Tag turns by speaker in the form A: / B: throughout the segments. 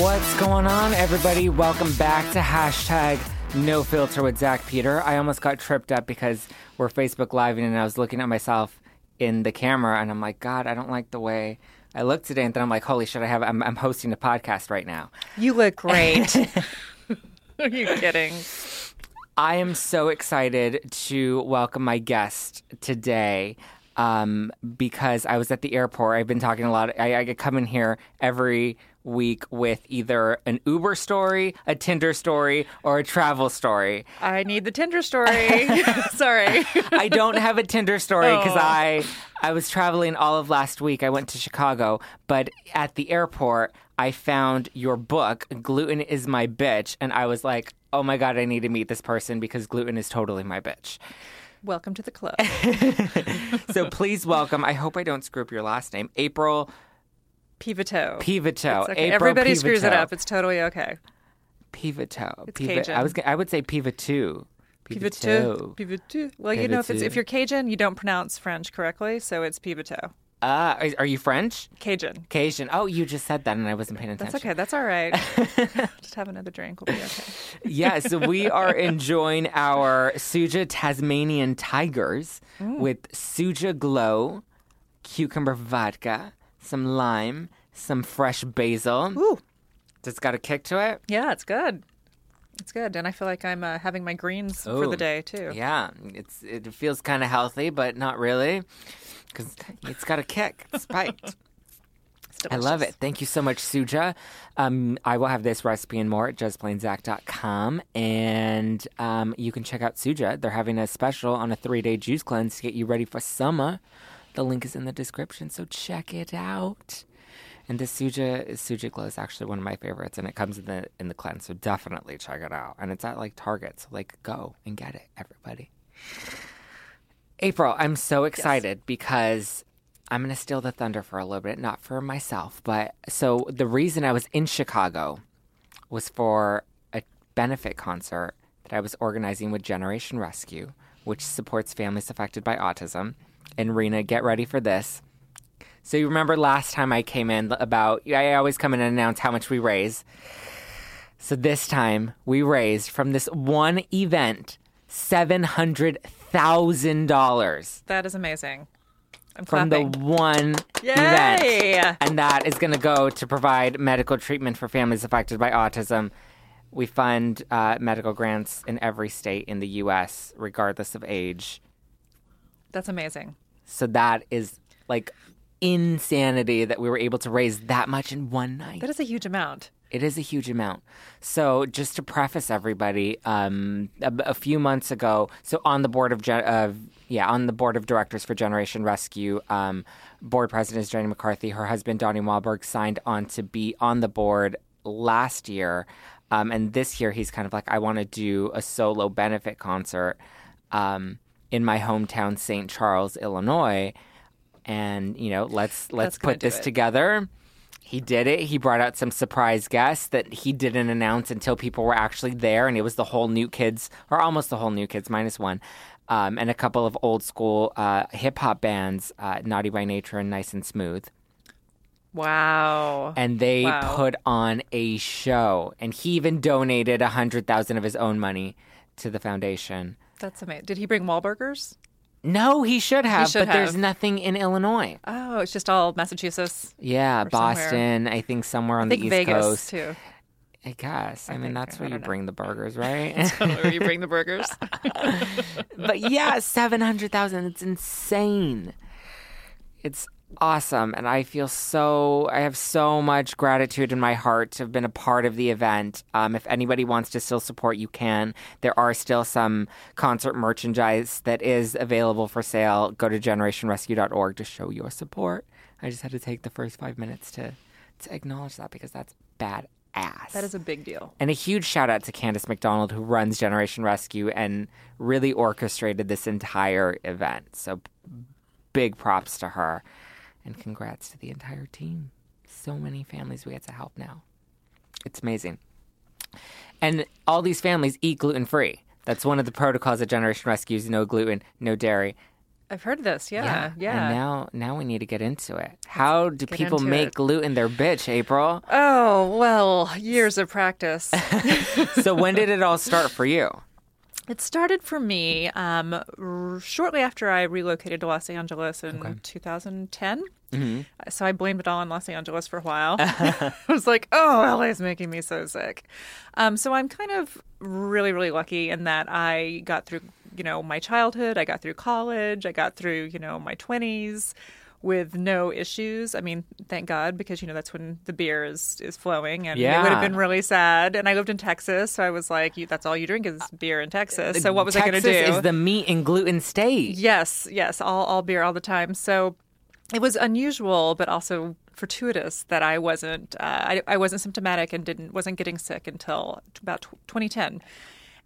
A: What's going on, everybody? Welcome back to hashtag no filter with Zach Peter. I almost got tripped up because we're Facebook Live and I was looking at myself in the camera and I'm like, God, I don't like the way I look today. And then I'm like, holy shit, I have, I'm, I'm hosting a podcast right now.
B: You look great. Are you kidding?
A: I am so excited to welcome my guest today um, because I was at the airport. I've been talking a lot. I, I come in here every week with either an Uber story, a Tinder story, or a travel story.
B: I need the Tinder story. Sorry.
A: I don't have a Tinder story because I I was traveling all of last week. I went to Chicago, but at the airport I found your book, Gluten is My Bitch, and I was like, "Oh my god, I need to meet this person because gluten is totally my bitch."
B: Welcome to the club.
A: So please welcome. I hope I don't screw up your last name. April
B: Pivoteau.
A: Pivoteau.
B: It's okay.
A: April
B: Everybody screws it
A: Pivoteau.
B: up. It's totally okay.
A: Pivoteau.
B: It's
A: Pivo-
B: Cajun.
A: I was. gonna- I would say pivoteau.
B: Pivoteau. Pivoteau. Well, you know, if, it's, if you're Cajun, you don't pronounce French correctly, so it's Pivoteau.
A: Ah, are- are you French?
B: Cajun.
A: Cajun. Oh, you just said that, and I wasn't paying attention.
B: That's okay. That's all right. Just have another drink. We'll be okay.
A: yes, we are enjoying our Suja Tasmanian Tigers with Suja Glow, cucumber vodka, some lime, some fresh basil.
B: Ooh.
A: It's got a kick to it.
B: Yeah, it's good. It's good. And I feel like I'm uh, having my greens for
A: Ooh.
B: the day, too.
A: Oh, Yeah, it's it feels kind of healthy, but not really, because it's got a kick. It's spiked.
B: It's
A: I love
B: delicious.
A: it. Thank you so much, Suja. Um, I will have this recipe and more at justplainzach.com. And um, you can check out Suja. They're having a special on a three day juice cleanse to get you ready for summer. The link is in the description, so check it out. And this Suja Suja Glow is actually one of my favorites, and it comes in the in the cleanse, so definitely check it out. And it's at like Target, so like go and get it, everybody. April, I'm so excited because I'm going to steal the thunder for a little bit, not for myself, but so the reason I was in Chicago was for a benefit concert that I was organizing with Generation Rescue, which supports families affected by autism. And Rena, get ready for this. So you remember last time I came in about I always come in and announce how much we raise. So this time we raised from this one event seven hundred thousand dollars
B: That is amazing. I'm
A: from
B: clapping.
A: the one
B: Yay!
A: event. And that is going to go to provide medical treatment for families affected by autism. We fund uh, medical grants in every state in the U.S., regardless of age.
B: That's amazing.
A: So that is like insanity that we were able to raise that much in one night.
B: That is a huge amount.
A: It is a huge amount. So, just to preface everybody, um, a, a few months ago, so on the board of, gen- of yeah, on the board of directors for Generation Rescue, um, board president is Jenny McCarthy. Her husband Donnie Wahlberg signed on to be on the board last year, um, and this year he's kind of like, I want to do a solo benefit concert um, in my hometown, St. Charles, Illinois, and you know, let's let's
B: gonna
A: put
B: do
A: this
B: it.
A: together. He did it. He brought out some surprise guests that he didn't announce until people were actually there, and it was the whole new kids, or almost the whole new kids, minus one, um, and a couple of old school uh, hip hop bands, uh, Naughty by Nature and Nice and Smooth,
B: Wow.
A: and they
B: Wow.
A: put on a show. And he even donated a hundred thousand of his own money to the foundation.
B: That's amazing. Did he bring Wahlburgers?
A: No, he should have,
B: should
A: but there's
B: have.
A: nothing in Illinois.
B: Oh, it's just all Massachusetts.
A: Yeah,
B: somewhere.
A: Boston. I think somewhere on
B: I think
A: the East
B: Vegas
A: Coast.
B: too.
A: I guess. I, mean,
B: think-
A: that's
B: I
A: where you
B: don't know.
A: bring the burgers, right?
B: Where you bring the burgers?
A: but yeah, 700,000. It's insane. It's awesome. And I feel so, I have so much gratitude in my heart to have been a part of the event. Um, if anybody wants to still support, you can. There are still some concert merchandise that is available for sale. Go to generationrescue.org to show your support. I just had to take the first five minutes to, to acknowledge that because that's badass.
B: that is a big deal.
A: And a huge shout out to Candace McDonald, who runs Generation Rescue and really orchestrated this entire event. So big props to her and congrats to the entire team. So many families we get to help now. It's amazing. And all these families eat gluten free. That's one of the protocols at Generation Rescue is no gluten, no dairy,
B: I've heard this. Yeah. Yeah.
A: And now, now we need to get into it. How do
B: get
A: people
B: into
A: make
B: it.
A: gluten their bitch, April?
B: Oh, well, years of practice.
A: so when did it all start for you?
B: It started for me um, r- shortly after I relocated to Los Angeles in 2010. Uh, So I blamed it all on Los Angeles for a while. I was like, oh, LA is making me so sick. Um, so I'm kind of really, really lucky in that I got through, you know, my childhood, I got through college, I got through, you know, my 20s with no issues. I mean, thank God, because, you know, that's when the beer is, is flowing. And it would
A: Yeah.
B: have been really sad. And I lived in Texas, so I was like, you, "That's all you drink is beer in Texas." So what was I
A: Texas
B: going to do?
A: is the meat and gluten state.
B: yes, yes, all all beer all the time. So it was unusual, but also fortuitous that I wasn't uh, I, I wasn't symptomatic and didn't wasn't getting sick until t- about tw 2010.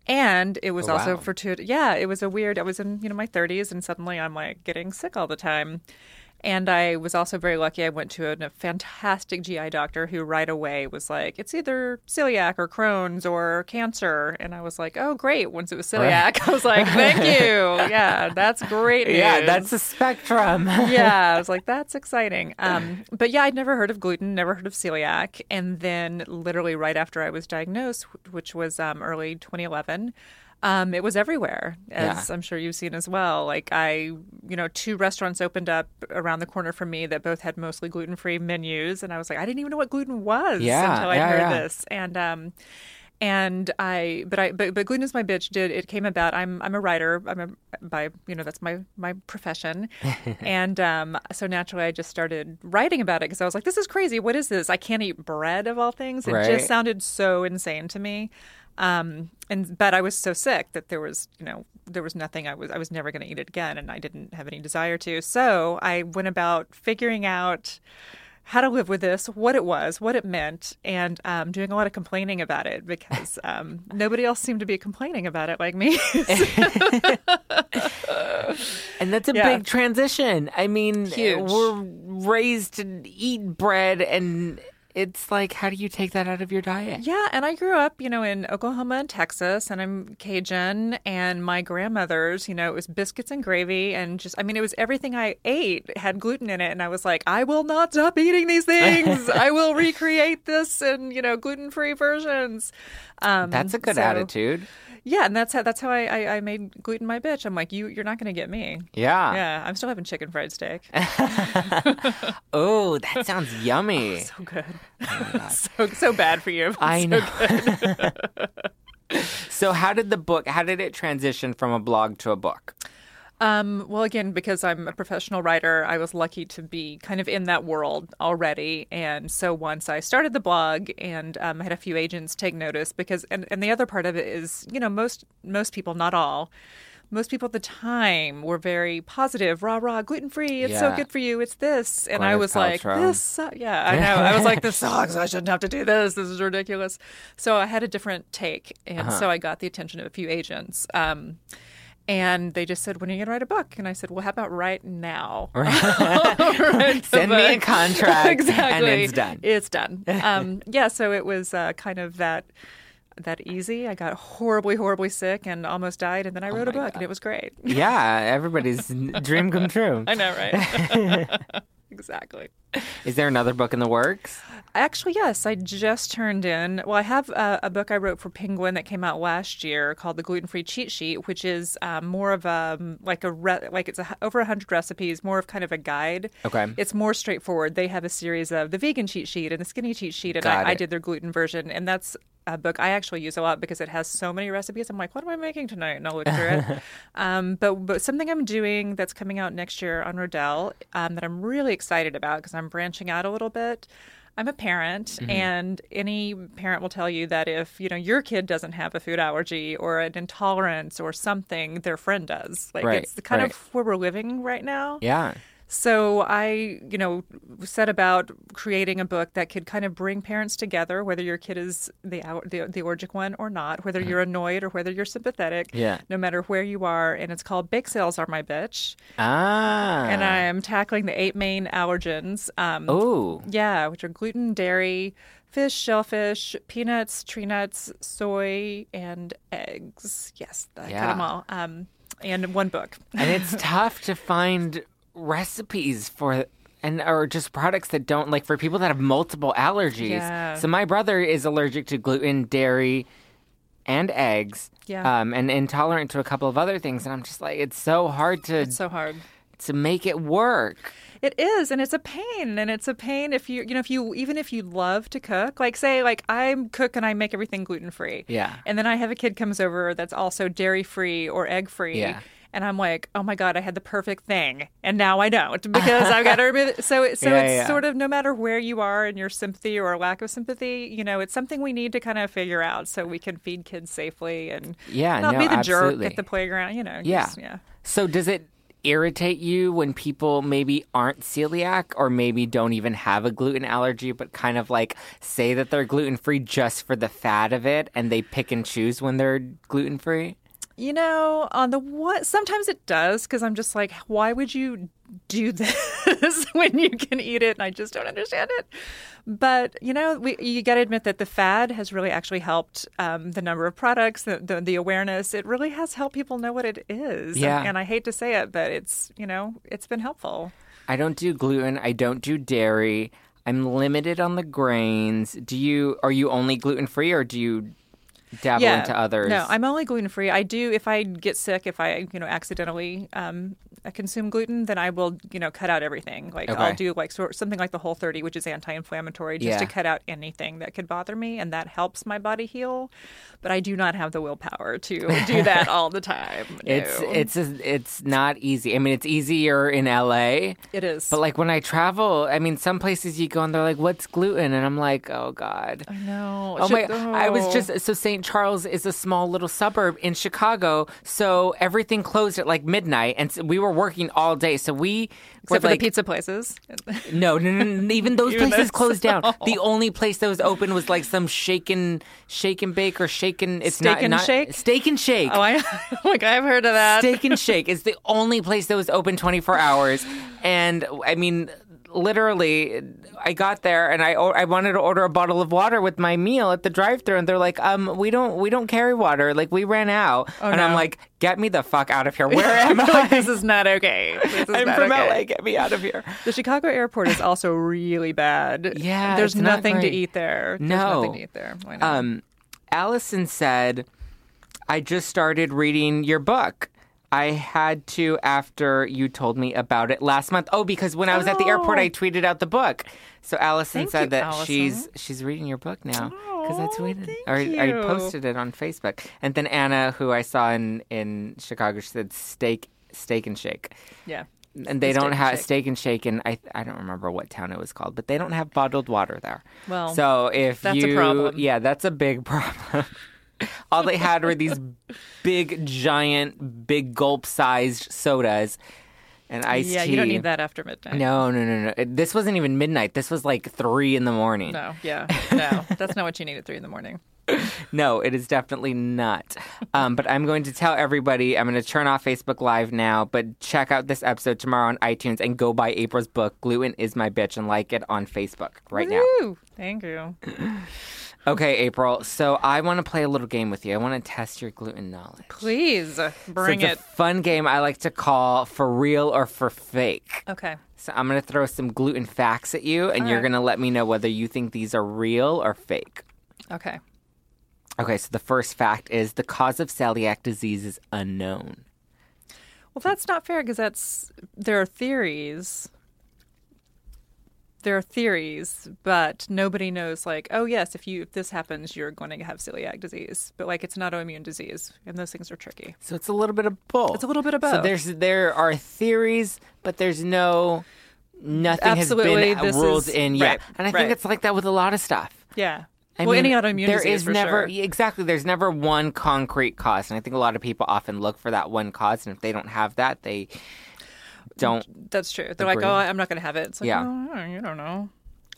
B: And it was
A: Oh,
B: also
A: wow.
B: fortuitous. Yeah, it was a weird. I was in you know my 30s, and suddenly I'm like getting sick all the time. And I was also very lucky. I went to a, a fantastic GI doctor who right away was like, "It's either celiac or Crohn's or cancer." And I was like, "Oh, great!" Once it was celiac, I was like, "Thank you, yeah, that's great." News.
A: Yeah, that's the spectrum.
B: yeah, I was like, that's exciting. Um, but yeah, I'd never heard of gluten, never heard of celiac. And then, literally, right after I was diagnosed, wh- which was um, early 2011, um, it was everywhere, as I'm sure you've seen as well. Like, I, you know, two restaurants opened up around the corner from me that both had mostly gluten free menus. And I was like, I didn't even know what gluten was
A: Yeah,
B: until I
A: yeah,
B: heard
A: yeah.
B: this. And, um, and I, but I, but, but gluten is my bitch. Did it came about? I'm I'm a writer. I'm a by you know that's my my profession, and um, so naturally I just started writing about it because I was like, this is crazy. What is this? I can't eat bread of all things. It
A: Right.
B: just sounded so insane to me. Um, and but I was so sick that there was you know there was nothing I was I was never going to eat it again, and I didn't have any desire to. So I went about figuring out how to live with this, what it was, what it meant, and um, doing a lot of complaining about it because um, nobody else seemed to be complaining about it like me.
A: And that's a
B: Yeah.
A: big transition. I mean,
B: Huge.
A: we're raised to eat bread, and it's like, how do you take that out of your diet?
B: yeah, and I grew up, you know, in Oklahoma and Texas, and I'm Cajun, and my grandmother's, you know, it was biscuits and gravy, and just, I mean, it was everything I ate had gluten in it, and I was like, I will not stop eating these things. I will recreate this in, you know, gluten free versions. Um,
A: That's a good
B: so-
A: attitude.
B: Yeah, and that's how that's how I, I, I made gluten my bitch. I'm like, you you're not gonna get me.
A: Yeah.
B: Yeah, I'm still having chicken fried steak.
A: Oh, that sounds yummy.
B: Oh, So good. so so bad for you.
A: I know. so, how did the book? How did it transition from a blog to a book?
B: Um, well, again, because I'm a professional writer, I was lucky to be kind of in that world already. And so once I started the blog, and um, I had a few agents take notice because, and, and the other part of it is, you know, most most people, not all. Most people at the time were very positive, rah rah, gluten free. It's so
A: Yeah.
B: good for you. It's this, and I
A: Gwyneth
B: was like,
A: Paltrow.
B: this sucks. Yeah, I know. I was like, this sucks. I shouldn't have to do this. This is ridiculous. So I had a different take. And
A: Uh-huh.
B: so I got the attention of a few agents. Um, and they just said, when are you going to write a book? And I said, well, how about right now? Write the
A: Send me a
B: book.
A: contract,
B: exactly.
A: and it's done.
B: It's done. Um, yeah, so it was uh, kind of that that easy. I got horribly, horribly sick and almost died. And then I wrote a
A: Oh my
B: book, and it was great.
A: Yeah, everybody's n- dream come true.
B: I know, right? exactly.
A: Is there another book in the works?
B: Actually, yes, I just turned in. Well, I have a, a book I wrote for Penguin that came out last year called "The Gluten Free Cheat Sheet," which is um, more of a um, like a re- like it's a, h- over hundred recipes, more of kind of a guide.
A: Okay.
B: it's more straightforward. They have a series of the vegan cheat sheet and the skinny cheat sheet, and
A: Got
B: I, I
A: it.
B: did their gluten version, and that's a book I actually use a lot because it has so many recipes. I'm like, what am I making tonight? And I'll look through it. um, but, but something I'm doing that's coming out next year on Rodell um, that I'm really excited about because I'm branching out a little bit. I'm a parent,
A: Mm-hmm.
B: and any parent will tell you that if you know your kid doesn't have a food allergy or an intolerance or something, their friend does. Like
A: Right,
B: it's the kind
A: right.
B: of where we're living right now.
A: Yeah.
B: So I, you know, set about creating a book that could kind of bring parents together, whether your kid is the ou- the, the orgic one or not, whether you're annoyed or whether you're sympathetic.
A: Mm-hmm. Yeah.
B: No matter where you are, and it's called "Bake Sales Are My Bitch,"
A: Ah.
B: and I am tackling the eight main allergens. Um,
A: Oh.
B: yeah, which are gluten, dairy, fish, shellfish, peanuts, tree nuts, soy, and eggs. Yes, I got
A: Yeah.
B: them all. Um, and one book.
A: and it's tough to find recipes for and or just products that don't like for people that have multiple allergies.
B: Yeah.
A: So my brother is allergic to gluten, dairy, and eggs.
B: Yeah.
A: Um, and intolerant to a couple of other things, and I'm just like, it's so hard to
B: It's so hard.
A: to make it work.
B: It is, and it's a pain, and it's a pain if you, you know, if you even if you love to cook, like say, like I cook and I make everything gluten free,
A: Yeah.
B: and then I have a kid comes over that's also dairy free or egg free,
A: Yeah.
B: and I'm like, oh my god, I had the perfect thing, and now I don't because I've got to remove. it." So, it- so
A: Yeah,
B: it's
A: yeah.
B: sort of no matter where you are in your sympathy or lack of sympathy, you know, it's something we need to kind of figure out so we can feed kids safely and
A: Yeah,
B: not
A: no,
B: be the
A: absolutely.
B: jerk at the playground, you know,
A: Yeah.
B: just- yeah.
A: So does it irritate you when people maybe aren't celiac or maybe don't even have a gluten allergy but kind of like say that they're gluten free just for the fad of it and they pick and choose when they're gluten free?
B: You know, on the what sometimes it does because I'm just like, why would you do this when you can eat it? And I just don't understand it. But you know, we, you got to admit that the fad has really actually helped um, the number of products, the, the the awareness. It really has helped people know what it is. And-
A: Yeah.
B: And, I hate to say it, but it's you know, it's been helpful.
A: I don't do gluten, I don't do dairy. I'm limited on the grains. Do you are you only gluten free or do you dabble into others?
B: No, I'm only gluten free. I do if I get sick, if I you know accidentally um, I consume gluten, then I will you know cut out everything. Like
A: Okay.
B: I'll do like sort something like the Whole 30, which is anti-inflammatory, just to
A: Yeah.
B: cut out anything that could bother me, and that helps my body heal. But I do not have the willpower to do that all the time.
A: it's
B: No.
A: it's a, it's not easy. I mean, it's easier in LA.
B: it is.
A: But like when I travel, I mean, some places you go and they're like, "What's gluten?" and I'm like, "Oh God."
B: I know.
A: Oh my!
B: Should-
A: I was
B: oh.
A: just so St. Charles is a small little suburb in Chicago, so everything closed at like midnight, and so we were working all day. So we were
B: except for
A: like,
B: the pizza places.
A: no, no, no, no, even those
B: Even
A: places
B: those-
A: closed down. The only place that was open was like some shaken, shake and bake or shaken. It's
B: Steak
A: not,
B: and
A: not-
B: shake?
A: steak and shake.
B: oh, I like I've heard of that.
A: Steak and Shake is the only place that was open 24 hours. And I mean, literally, I got there and I, I wanted to order a bottle of water with my meal at the drive thru and they're like, um, we don't we don't carry water. Like we ran out. and I'm
B: no.
A: like, get me the fuck out of here. Where am I?
B: Like, this is not okay. This is
A: I'm
B: not
A: from
B: okay.
A: LA. Get me out of here.
B: The Chicago airport is also really bad.
A: Yeah,
B: there's
A: it's not
B: nothing to
A: great.
B: eat there. There's
A: No.
B: nothing to eat there. I know.
A: Um, Allison said, I just started reading your book. I had to after you told me about it last month. Oh, because when I was at the airport,
B: Oh.
A: I tweeted out the book. So Allison
B: Thank
A: said
B: you,
A: that
B: Allison.
A: she's she's reading your book now because I
B: Oh,
A: tweeted
B: thank
A: or I
B: you.
A: posted it on Facebook. And then Anna, who I saw in in Chicago, she said steak steak and shake,
B: yeah,
A: and they
B: Steak
A: don't
B: and
A: have
B: Shake.
A: steak and shake. And I I don't remember what town it was called, but they don't have bottled water there.
B: Well,
A: so if
B: that's a
A: you-
B: problem.
A: yeah, that's a big problem. All they had were these big, giant, big gulp-sized sodas and iced
B: yeah.
A: tea.
B: You don't need that after midnight.
A: No, no, no, no. It- This wasn't even midnight. This was like three in the morning.
B: No, yeah, no. That's not what you need at three in the morning.
A: No, it is definitely not. Um, but I'm going to tell everybody. I'm going to turn off Facebook Live now. But check out this episode tomorrow on iTunes and go buy April's book, "Gluten Is My Bitch," and like it on Facebook right now.
B: Woo! Thank you.
A: Okay, April. So I want to play a little game with you. I want to test your gluten knowledge.
B: Please bring
A: so
B: it.
A: it's a fun game I like to call for real or for fake.
B: okay.
A: So I'm going to throw some gluten facts at you, and you're
B: right.
A: going to let me know whether you think these are real or fake.
B: Okay.
A: Okay, so the first fact is the cause of celiac disease is unknown.
B: Well, that's not fair because that's there are theories. There are theories, but nobody knows. Like, oh yes, if you if this happens, you're going to have celiac disease. But like, it's an autoimmune disease, and those things are tricky.
A: So it's a little bit of both.
B: It's a little bit of both.
A: So there's there are theories, but there's no nothing
B: Absolutely,
A: has been
B: this
A: ruled
B: is-
A: in yet.
B: right,
A: and I think
B: right.
A: it's like that with a lot of stuff.
B: Yeah.
A: I
B: well,
A: mean,
B: any autoimmune
A: there
B: disease
A: is
B: for
A: never
B: sure.
A: yeah, exactly. There's never one concrete cause, and I think a lot of people often look for that one cause, and if they don't have that, they don't.
B: That's true. They're like,
A: Agree.
B: oh, I'm not going to have it. It's like,
A: Yeah.
B: oh, you don't know.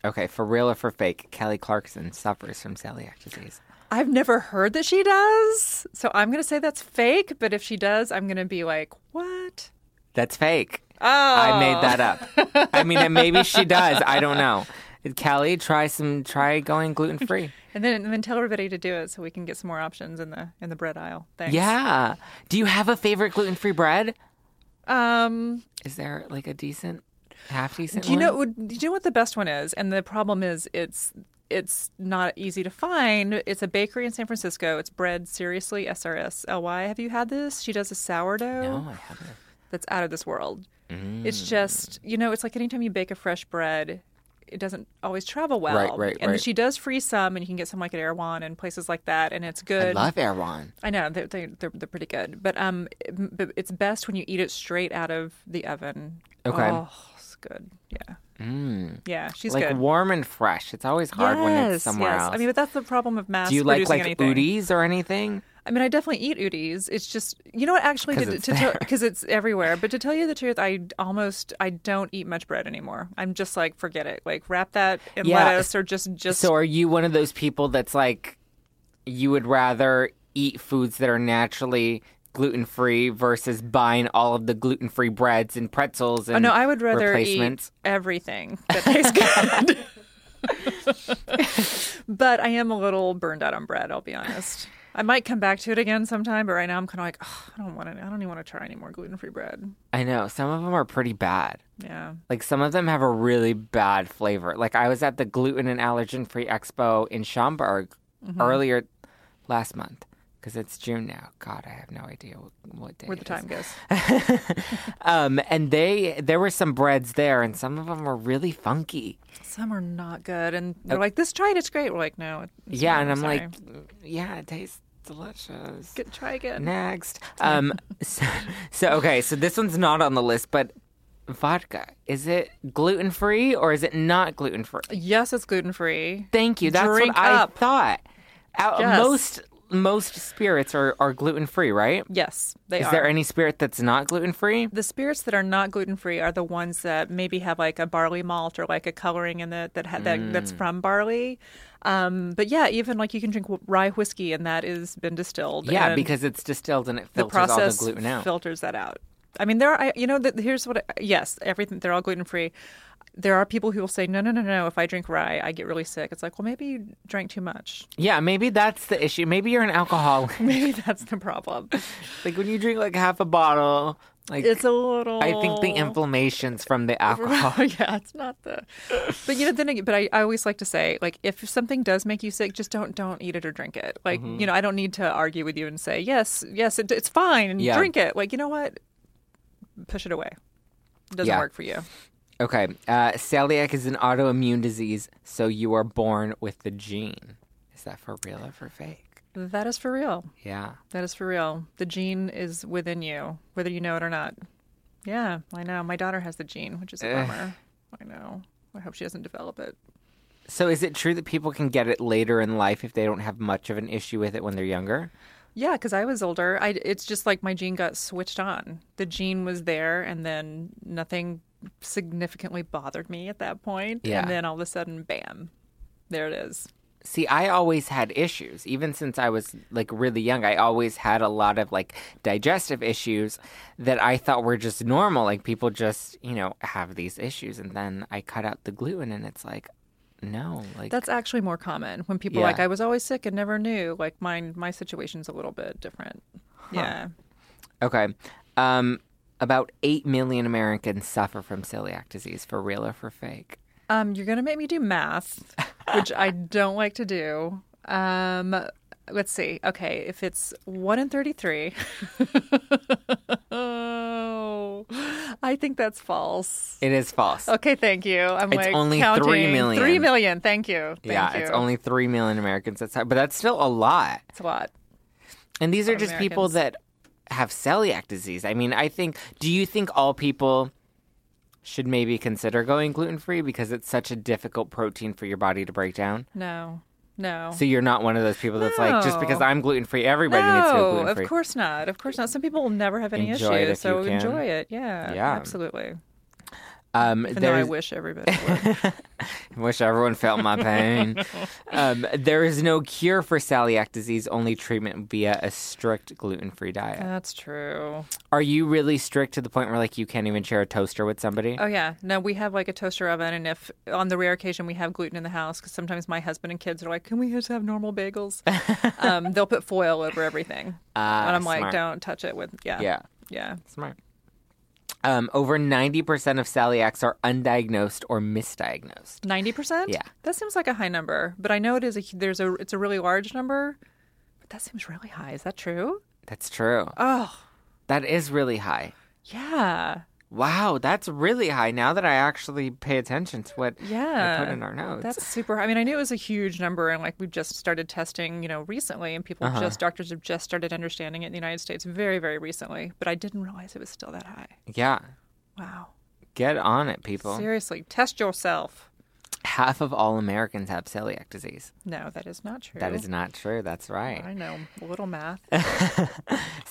A: Okay, for real or for fake, Kelly Clarkson suffers from celiac disease.
B: I've never heard that she does. So I'm going to say that's fake. But if she does, I'm going to be like, what?
A: That's fake.
B: Oh,
A: I made that up. I mean, and maybe she does. I don't know. Callie, try some. Try going gluten free.
B: And then and then tell everybody to do it so we can get some more options in the in the bread aisle. Thanks.
A: yeah. Do you have a favorite gluten free bread?
B: Um
A: Is there like a decent, half decent?
B: do you
A: one?
B: know would- do you know what the best one is? And the problem is it's it's not easy to find. It's a bakery in San Francisco. It's bread seriously SRS LY. Have you had this? She does a sourdough
A: No, I haven't. Mm.
B: that's out of this world. It's just, you know, it's like anytime you bake a fresh bread, it doesn't always travel well.
A: Right, right,
B: and
A: right.
B: she does free some, and you can get some like at Erewhon and places like that, and it's
A: I
B: good.
A: love Erewhon.
B: I know they're, they they're they're pretty good, but um, it- but it's best when you eat it straight out of the oven.
A: Okay.
B: oh, it's good. Yeah, mm. yeah, she's
A: like
B: good.
A: warm and fresh. It's always hard when it's somewhere
B: yes.
A: else.
B: I mean, but that's the problem of mass.
A: do you like
B: producing
A: like
B: anything.
A: udis or anything?
B: I mean, I definitely eat udis. It's just you know what actually
A: 'Cause
B: to
A: it's
B: to
A: there.
B: because it's everywhere. But to tell you the truth, I almost I don't eat much bread anymore. I'm just like forget it. Like wrap that in
A: Yeah,
B: lettuce or just just
A: So are you one of those people that's like you would rather eat foods that are naturally gluten free versus buying all of the gluten free breads and pretzels and
B: Oh, no. I would rather
A: Um,
B: eat
A: replacements?
B: everything that tastes good. but I am a little burned out on bread. I'll be honest. I might come back to it again sometime, but right now I'm kind of like "Ugh, I don't want to. I don't even want to try any more gluten free bread.
A: I know some of them are pretty bad.
B: Yeah.
A: Like some of them have a really bad flavor. Like I was at the gluten and allergen free expo in Schaumburg
B: Mm-hmm.
A: earlier last month because it's June now. God, I have no idea what, what day
B: Where
A: it
B: the
A: is.
B: time goes.
A: um, and they there were some breads there, and some of them were really funky.
B: Some are not good, and they're like, "This try it, it's great." We're like, "No, it's
A: Uh, yeah,
B: not,
A: and I'm
B: sorry.
A: like, yeah, it tastes delicious.
B: Get, try again."
A: Next, um, so, so okay, so this one's not on the list, but vodka is it gluten free or is it not gluten free?
B: Yes, it's gluten free.
A: Thank you. That's
B: Drink
A: what
B: up.
A: I thought. Out-
B: Yes.
A: Most most spirits are, are gluten free, right?
B: Yes, they
A: Is
B: are.
A: there any spirit that's not gluten free?
B: the spirits that are not gluten free are the ones that maybe have like a barley malt or like a coloring in it that ha- that that's
A: Mm.
B: from barley. Um, but yeah, even like you can drink w- rye whiskey, and that has been distilled.
A: Yeah,
B: and
A: because it's distilled and it
B: the
A: filters all the
B: process
A: gluten out.
B: filters that out. I mean, there are I, you know that here's what I, yes, everything they're all gluten free. There are people who will say, no, no, no, no. If I drink rye, I get really sick. It's like, well, maybe you drank too much.
A: yeah, maybe that's the issue. Maybe you're an alcoholic.
B: Maybe that's the problem.
A: Like when you drink like half a bottle, like
B: It's a little.
A: I think the inflammation's from the alcohol.
B: yeah, it's not the. But you know, then again, but I, I always like to say, like, if something does make you sick, just don't don't eat it or drink it. Like,
A: Mm-hmm.
B: you know, I don't need to argue with you and say yes, yes, it, it's fine, and
A: Yeah.
B: drink it. Like, you know what? Push it away. It doesn't
A: Yeah.
B: work for you.
A: Okay, uh, celiac is an autoimmune disease, so you are born with the gene. Is that for real or for fake?
B: That is for real.
A: Yeah.
B: That is for real. The gene is within you, whether you know it or not. Yeah, I know. My daughter has the gene, which is a
A: Ugh.
B: bummer. I know. I hope she doesn't develop it.
A: So is it true that people can get it later in life if they don't have much of an issue with it when they're younger?
B: Yeah, because I was older. I, it's just like my gene got switched on. The gene was there, and then nothing significantly bothered me at that point.
A: Yeah.
B: And then all of a sudden, bam, there it is.
A: See, I always had issues. Even since I was like really young, I always had a lot of like digestive issues that I thought were just normal. Like people just, you know, have these issues. And then I cut out the gluten and it's like, no. Like,
B: That's actually more common when people
A: Yeah.
B: are like, I was always sick and never knew. Like, mine, my situation's a little bit different. Yeah.
A: okay. Um, about 8 million Americans suffer from celiac disease for real or for fake.
B: Um, you're gonna make me do math, which I don't like to do. Um, let's see. Okay, if it's one in thirty-three, oh, I think that's false.
A: It is false.
B: Okay, thank you. I'm
A: It's
B: like
A: only
B: counting.
A: 3 million.
B: Three million. Thank you. Thank
A: yeah,
B: you.
A: it's only 3 million Americans that suffer, but that's still a lot.
B: It's a lot.
A: And these are just people
B: Americans.
A: that have celiac disease. I mean, I think, do you think all people should maybe consider going gluten free because it's such a difficult protein for your body to break down?
B: No, no.
A: So you're not one of those people that's like, just because
B: No.
A: I'm gluten free, everybody needs to go
B: no,
A: gluten
B: of
A: free.
B: course not. Of course not. Some people will never have any
A: Enjoy it
B: issues,
A: if
B: so
A: you can.
B: enjoy it. Yeah,
A: Yeah.
B: absolutely.
A: Um,
B: Even though I
A: there's,
B: wish everybody would.
A: Wish everyone felt my pain. um, there is no cure for celiac disease, only treatment via a strict gluten free diet.
B: That's true.
A: Are you really strict to the point where like you can't even share a toaster with somebody?
B: Oh yeah. No, we have like a toaster oven, and if on the rare occasion we have gluten in the house, because sometimes my husband and kids are like, "Can we just have normal bagels?" um, they'll put foil over everything,
A: Ah,
B: and Uh, I'm like,
A: smart.
B: "Don't touch it with yeah,
A: Yeah,
B: yeah."
A: smart. Um, over 90% of celiacs are undiagnosed or misdiagnosed.
B: Ninety percent.
A: Yeah.
B: that seems like a high number, but I know it is a hu- there's a it's a really large number, but that seems really high. Is that true?
A: That's true.
B: Oh,
A: That is really high.
B: yeah,
A: Wow, that's really high. Now that I actually pay attention to what
B: yeah.
A: I put in our notes.
B: That's super. I mean, I knew it was a huge number, and like we've just started testing, you know, recently, and
A: Uh-huh.
B: people just doctors have just started understanding it in the United States very, very recently. But I didn't realize it was still that high.
A: Yeah,
B: Wow.
A: get on it, people.
B: Seriously, test yourself.
A: Half of all Americans have celiac disease.
B: No, that is not true.
A: That is not true. That's right.
B: I know a little math.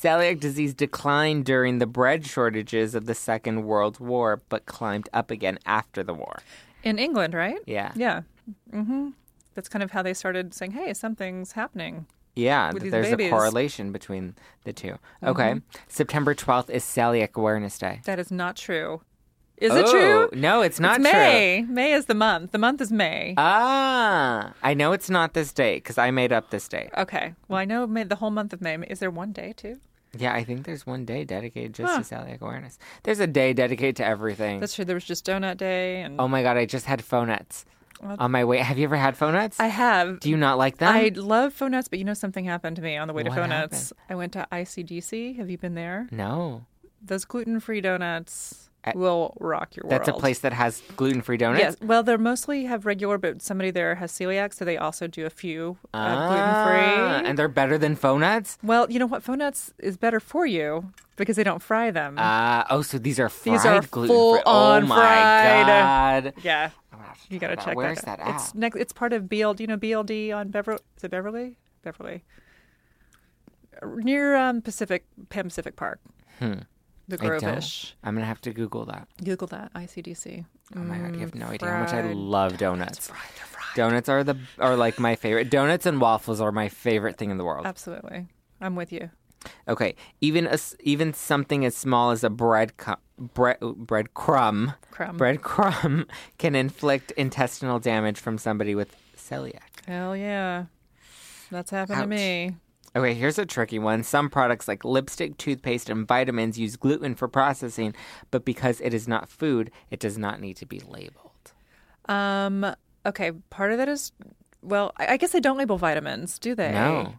A: Celiac disease declined during the bread shortages of the Second World War, but climbed up again after the war.
B: in England, right?
A: Yeah.
B: Yeah. hmm That's kind of how they started saying, "Hey, something's happening."
A: Yeah,
B: With
A: th-
B: these
A: there's a
B: babies. Mm-hmm.
A: correlation between the 2 Okay. September 12th is Celiac Awareness Day.
B: That is not true. Is
A: oh,
B: it true?
A: No, it's not
B: it's
A: true.
B: May. May is the month. The month is May.
A: Ah, I know it's not this date because I made up this date.
B: okay. Well, I know May, the whole month of May. Is there one day too?
A: Yeah, I think there's one day dedicated just to celiac awareness. There's a day dedicated to everything.
B: That's true. There was just donut day, and
A: oh my god, I just had phonettes on my way. Have you ever had phonettes?
B: I have.
A: Do you not like them?
B: I love Phonettes, but you know something happened to me on the way to
A: What
B: Phonettes. I went to ICDC. Have you been there?
A: no.
B: Those gluten-free donuts
A: Uh,
B: will rock your world.
A: That's a place that has gluten-free donuts.
B: Yes. Well, they're mostly have regular, but somebody there has celiac, so they also do a few uh,
A: Ah,
B: gluten-free.
A: and they're better than phonettes.
B: Well, you know what? Phonettes is better for you because they don't fry them.
A: Uh, oh, so these are fried
B: These are
A: gluten-free.
B: full-on
A: oh my
B: fried.
A: god!
B: yeah.
A: I'm gonna have to
B: You
A: try
B: gotta
A: that.
B: check
A: Where's that,
B: that. out.
A: at?
B: It's next. It's part of BLD. You know BLD on Beverly. Is it Beverly? Beverly. Near um, Pacific Pan Pacific Park. The
A: Hmm. I don't.
B: Groveish.
A: I'm gonna have to Google that.
B: Google that. ICDC.
A: Oh my god, you have no idea how much I
B: Mm, fried
A: love donuts. Donuts are the are like my favorite. Donuts and waffles are my favorite thing in the world.
B: Absolutely. I'm with you.
A: Okay, even a s even something as small as a bread cu- bread bread crumb
B: Crumb.
A: bread crumb can inflict intestinal damage from somebody with celiac.
B: Hell yeah. That's happened
A: Ouch.
B: to me.
A: Okay, here's a tricky one. Some products like lipstick, toothpaste, and vitamins use gluten for processing, but because it is not food, it does not need to be labeled.
B: Um. Okay. Part of that is, well, I, I guess they don't label vitamins, do they?
A: No.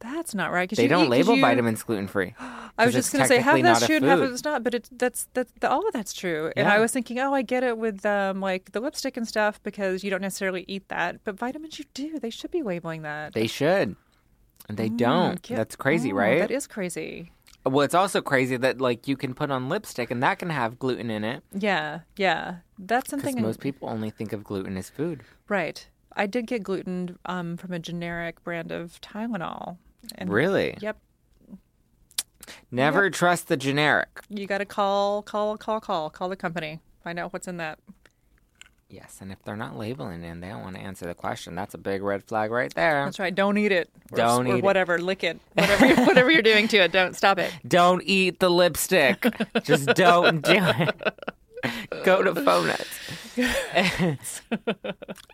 B: That's not right. 'cause
A: They
B: you eat-
A: don't
B: 'cause
A: label
B: you-
A: vitamins gluten free.
B: I was
A: 'cause it's
B: just going to say half
A: technically
B: that's
A: not a
B: true and half of
A: food.
B: it's not, but it's that's that the, all of that's true. And
A: Yeah.
B: I was thinking, oh, I get it with um like the lipstick and stuff because you don't necessarily eat that, but vitamins you do. They should be labeling that.
A: They should. And they don't.
B: get-
A: That's crazy,
B: Oh,
A: right?
B: That is crazy.
A: Well, it's also crazy that like you can put on lipstick and that can have gluten in it.
B: Yeah, yeah. That's
A: Because
B: something.
A: most people only think of gluten as food.
B: right. I did get gluten um from a generic brand of Tylenol. And
A: Really?
B: Yep.
A: Never trust the generic.
B: You got to call, call, call, call, call the company. Find out what's in that.
A: Yes, and if they're not labeling it and they don't want to answer the question, that's a big red flag right there.
B: That's right. Don't eat it. Or,
A: Don't
B: or
A: eat it.
B: whatever. Lick it. Whatever. you- whatever you're doing to it. Don't stop it.
A: Don't eat the lipstick. Just don't do it. Go to Phonets.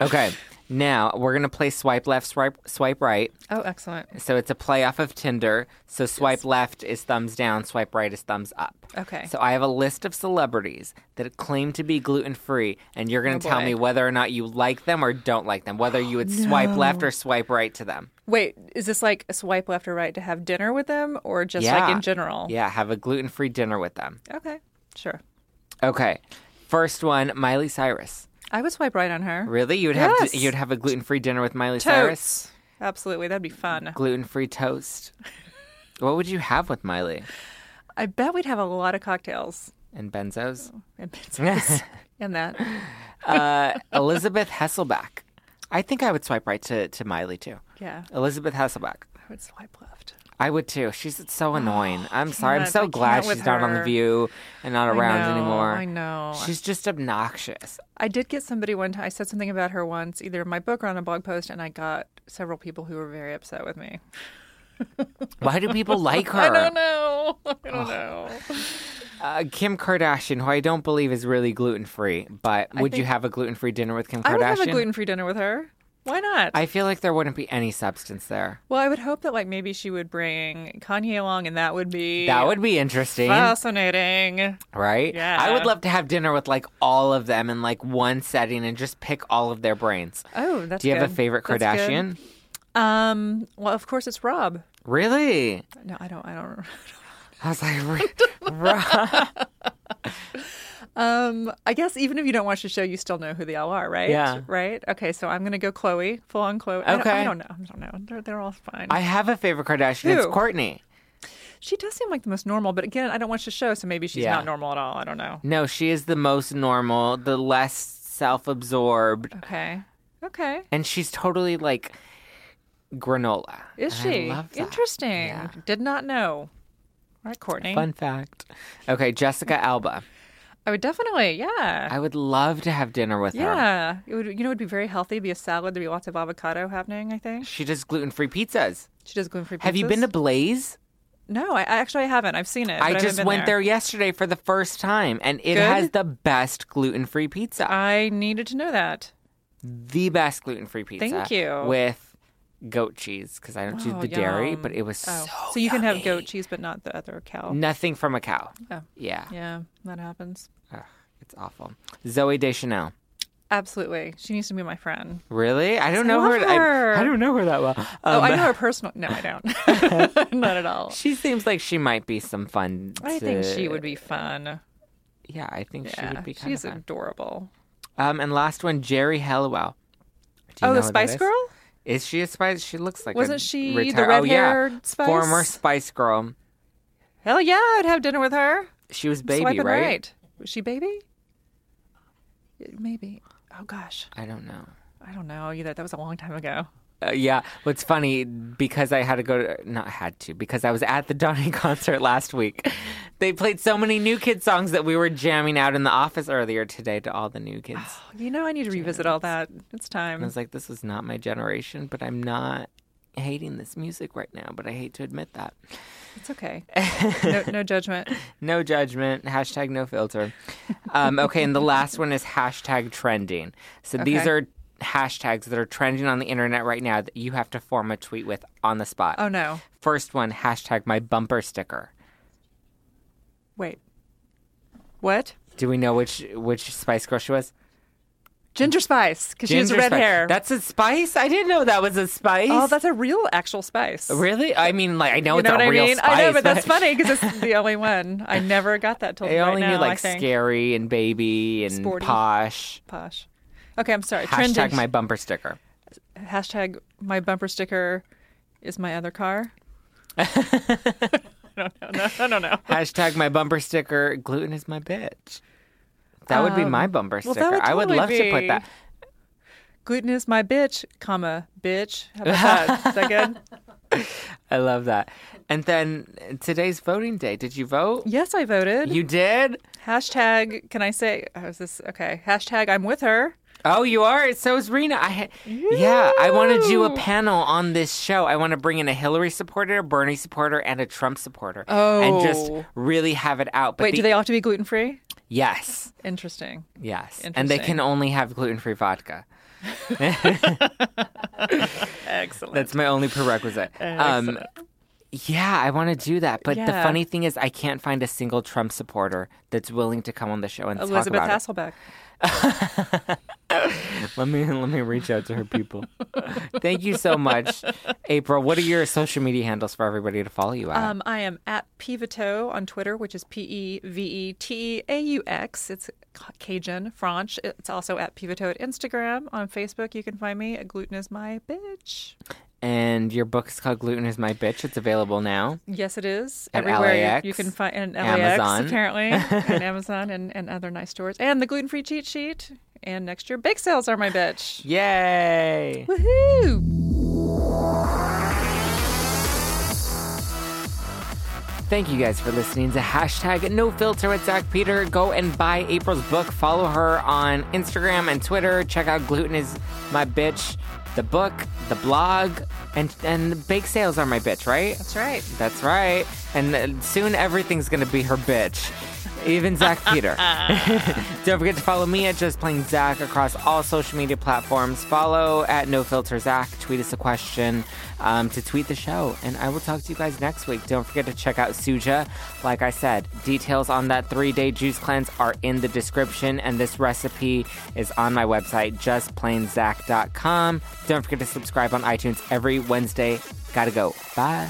A: okay, now we're gonna play swipe left, swipe swipe right.
B: Oh, excellent.
A: So it's a play off of Tinder. So swipe left is thumbs down, swipe right is thumbs up.
B: Okay.
A: So I have a list of celebrities that claim to be gluten free, and you're going to
B: Oh,
A: tell
B: boy.
A: me whether or not you like them or don't like them, whether you would swipe left or swipe right to them.
B: Wait, is this like a swipe left or right to have dinner with them or just like in general?
A: Yeah, have a gluten free dinner with them.
B: Okay, sure.
A: Okay. First one, Miley Cyrus.
B: I would swipe right on her.
A: Really? You would have
B: Yes.
A: you'd have a gluten free dinner with Miley Cyrus?
B: Totes. Absolutely. That'd be fun.
A: Gluten free toast. what would you have with Miley?
B: I bet we'd have a lot of cocktails
A: And benzos?
B: and pizzas and that.
A: uh, Elizabeth Hesselback. I think I would swipe right to, to Miley too.
B: Yeah,
A: Elizabeth Hasselback.
B: I would swipe left.
A: I would too. She's so annoying. I'm sorry. I'm
B: Oh, can't-
A: so
B: I
A: glad
B: can't with
A: she's not on The
B: her.
A: View and not around
B: I know,
A: anymore.
B: I know.
A: She's just obnoxious.
B: I did get somebody one time. I said something about her once, either in my book or on a blog post, and I got several people who were very upset with me.
A: Why do people like her?
B: I don't know. I don't know.
A: Uh, Kim Kardashian, who I don't believe is really gluten free, but would you
B: think-
A: have a gluten free dinner with Kim Kardashian?
B: I would have a gluten free dinner with her. Why not?
A: I feel like there wouldn't be any substance there.
B: well, I would hope that like maybe she would bring Kanye along, and that would be
A: That would be interesting,
B: fascinating.
A: right?
B: yeah.
A: I would love to have dinner with like all of them in like one setting and just pick all of their brains.
B: Oh, that's
A: Do you have a
B: good.
A: favorite
B: That's good.
A: Kardashian?
B: Um. Well, of course it's Rob.
A: Really?
B: No, I don't. I don't.
A: I was like, "Ri- Rob.
B: Um. I guess even if you don't watch the show, you still know who they all are, right?
A: Yeah.
B: Right. Okay. So I'm gonna go Chloe, full on Chloe. I don't,
A: Okay.
B: I don't know. I don't know. They're, they're all fine.
A: I have a favorite Kardashian. It's
B: Who?
A: Courtney.
B: she does seem like the most normal, but again, I don't watch the show, so maybe she's
A: Yeah.
B: not normal at all. I don't know.
A: No, she is the most normal, the less self absorbed,
B: Okay. Okay.
A: and she's totally like granola.
B: Is
A: And I
B: she
A: love that.
B: interesting?
A: Yeah.
B: Did not know. All right, Courtney.
A: Fun fact. Okay, Jessica Alba.
B: I would definitely, yeah.
A: I would love to have dinner with her.
B: Yeah, it would. You know, it'd be very healthy. It'd be a salad. There'd be lots of avocado happening. I think
A: She does gluten free pizzas.
B: she does gluten-free.
A: Have you been
B: pizzas.
A: to Blaze?
B: No, I, I actually haven't. I've seen it. but
A: I
B: haven't
A: just
B: been
A: went there. yesterday for the first time, and it
B: Good? Uh,
A: has the best gluten free pizza.
B: I needed to know that.
A: the best gluten free pizza.
B: Thank you.
A: With goat cheese, because I don't do
B: Oh,
A: the dairy,
B: yum.
A: but it was
B: Oh,
A: so.
B: you can have
A: yummy. Mm.
B: goat cheese, but not the other cow.
A: Nothing from a cow.
B: Oh.
A: Yeah.
B: Yeah, that happens.
A: Ugh, it's awful. Zoe Deschanel.
B: Absolutely, she needs to be my friend.
A: Really? I don't know
B: love
A: her. I-
B: her.
A: I, don't know her that well.
B: oh,
A: Um,
B: I know her personal. No, I don't. not at all.
A: She seems like she might be some fun.
B: I think she
A: to-
B: would be fun.
A: Yeah, I think she
B: Yeah,
A: would be kind
B: she's
A: of fun.
B: adorable.
A: Um, and last one, Jerry Halliwell. Do you know
B: Oh, the
A: who that
B: Spice
A: is?
B: Girl.
A: Is she a Spice? She looks like. a
B: Wasn't she the
A: retired- oh, yeah.
B: red-haired Spice?
A: Former Spice Girl.
B: Hell yeah, I'd have dinner with her.
A: She was baby,
B: Swiping
A: right?
B: Was she baby? Maybe. Oh gosh,
A: I don't know.
B: I don't know either. That was a long time ago.
A: Uh, yeah, what's funny because I had to go to not had to because I was at the Donny concert last week. They played so many new kid songs that we were jamming out in the office earlier today to all the new kids.
B: Oh, You know, I need to revisit all that. It's time.
A: I was like, this is not my generation, but I'm not hating this music right now. But I hate to admit that.
B: It's okay. No, no judgment.
A: No judgment. Hashtag no filter. Um, okay, and the last one is hashtag trending. So these
B: Okay.
A: are hashtags that are trending on the internet right now that you have to form a tweet with on the spot.
B: Oh no.
A: First one, hashtag my bumper sticker.
B: Wait. What?
A: Do we know which which Spice Girl she was?
B: Ginger Spice, because she has
A: Ginger
B: red
A: Spice.
B: hair.
A: That's a spice. I didn't know that was a spice.
B: oh, that's a real actual spice.
A: really. I mean, like I know
B: You
A: it's
B: know
A: a
B: what I
A: real
B: mean?
A: spice.
B: I know, but that's funny because it's the only one. I never got that till
A: I only
B: right
A: knew
B: now, I
A: like
B: think.
A: scary and baby and
B: Sporty.
A: posh.
B: Posh. Okay, I'm sorry.
A: Hashtag
B: Trending.
A: my bumper sticker.
B: Hashtag my bumper sticker is my other car. I don't know. No, I don't know.
A: Hashtag my bumper sticker. Gluten is my bitch. That would be my bumper
B: Um, well,
A: sticker.
B: that would
A: I would
B: totally
A: love to put
B: be-
A: that.
B: Gluten is my bitch, comma, bitch. How about that? Is that good?
A: I love that. And then today's voting day. Did you vote?
B: Yes, I voted.
A: You did.
B: Hashtag, can I say, oh, is this, okay. Hashtag, I'm with her.
A: Oh, you are. So is Rena. I ha- yeah. I want to do a
B: Ew.
A: panel on this show. I want to bring in a Hillary supporter, a Bernie supporter, and a Trump supporter, and just
B: Oh.
A: really have it out. But
B: Wait,
A: the-
B: do they all have to be gluten free?
A: Yes,
B: Interesting.
A: yes, and they can
B: Interesting.
A: only have gluten-free vodka.
B: Excellent.
A: That's my only prerequisite. Um, yeah, I want to do that. But the
B: Yeah.
A: funny thing is, I can't find a single Trump supporter that's willing to come on the show and talk
B: Elizabeth
A: about it.
B: Hasselbeck.
A: Let me let me reach out to her people. Thank you so much, April. What are your social media handles for everybody to follow you at?
B: Um, I am at Pivoteau on Twitter, which is P E V E T E A U X. It's Cajun French. It's also at Pivoteau at Instagram. On Facebook, you can find me at Gluten is My Bitch.
A: and your book is called Gluten is My Bitch. It's available now.
B: Yes, it is.
A: At
B: Everywhere you-
A: LAX,
B: you can find and LAX
A: Amazon.
B: apparently, and Amazon and, and other nice stores, and the gluten free cheat sheet. And next year, bake sales are my bitch.
A: Yay!
B: Woohoo!
A: Thank you guys for listening to hashtag no filter with Zach Peter. Go and buy April's book. Follow her on Instagram and Twitter. Check out Gluten is my bitch. The book, the blog, and and bake sales are my bitch, right?
B: That's right.
A: That's right. And uh, soon everything's gonna be her bitch. Even Zach Peter. Don't forget to follow me at Just Plain Zach across all social media platforms. Follow at No Filter Zach. Tweet us a question um, to tweet the show. And I will talk to you guys next week. Don't forget to check out Suja. Like I said, details on that three day juice cleanse are in the description. And this recipe is on my website, justplainzach.com. Don't forget to subscribe on iTunes every Wednesday. Gotta go. Bye.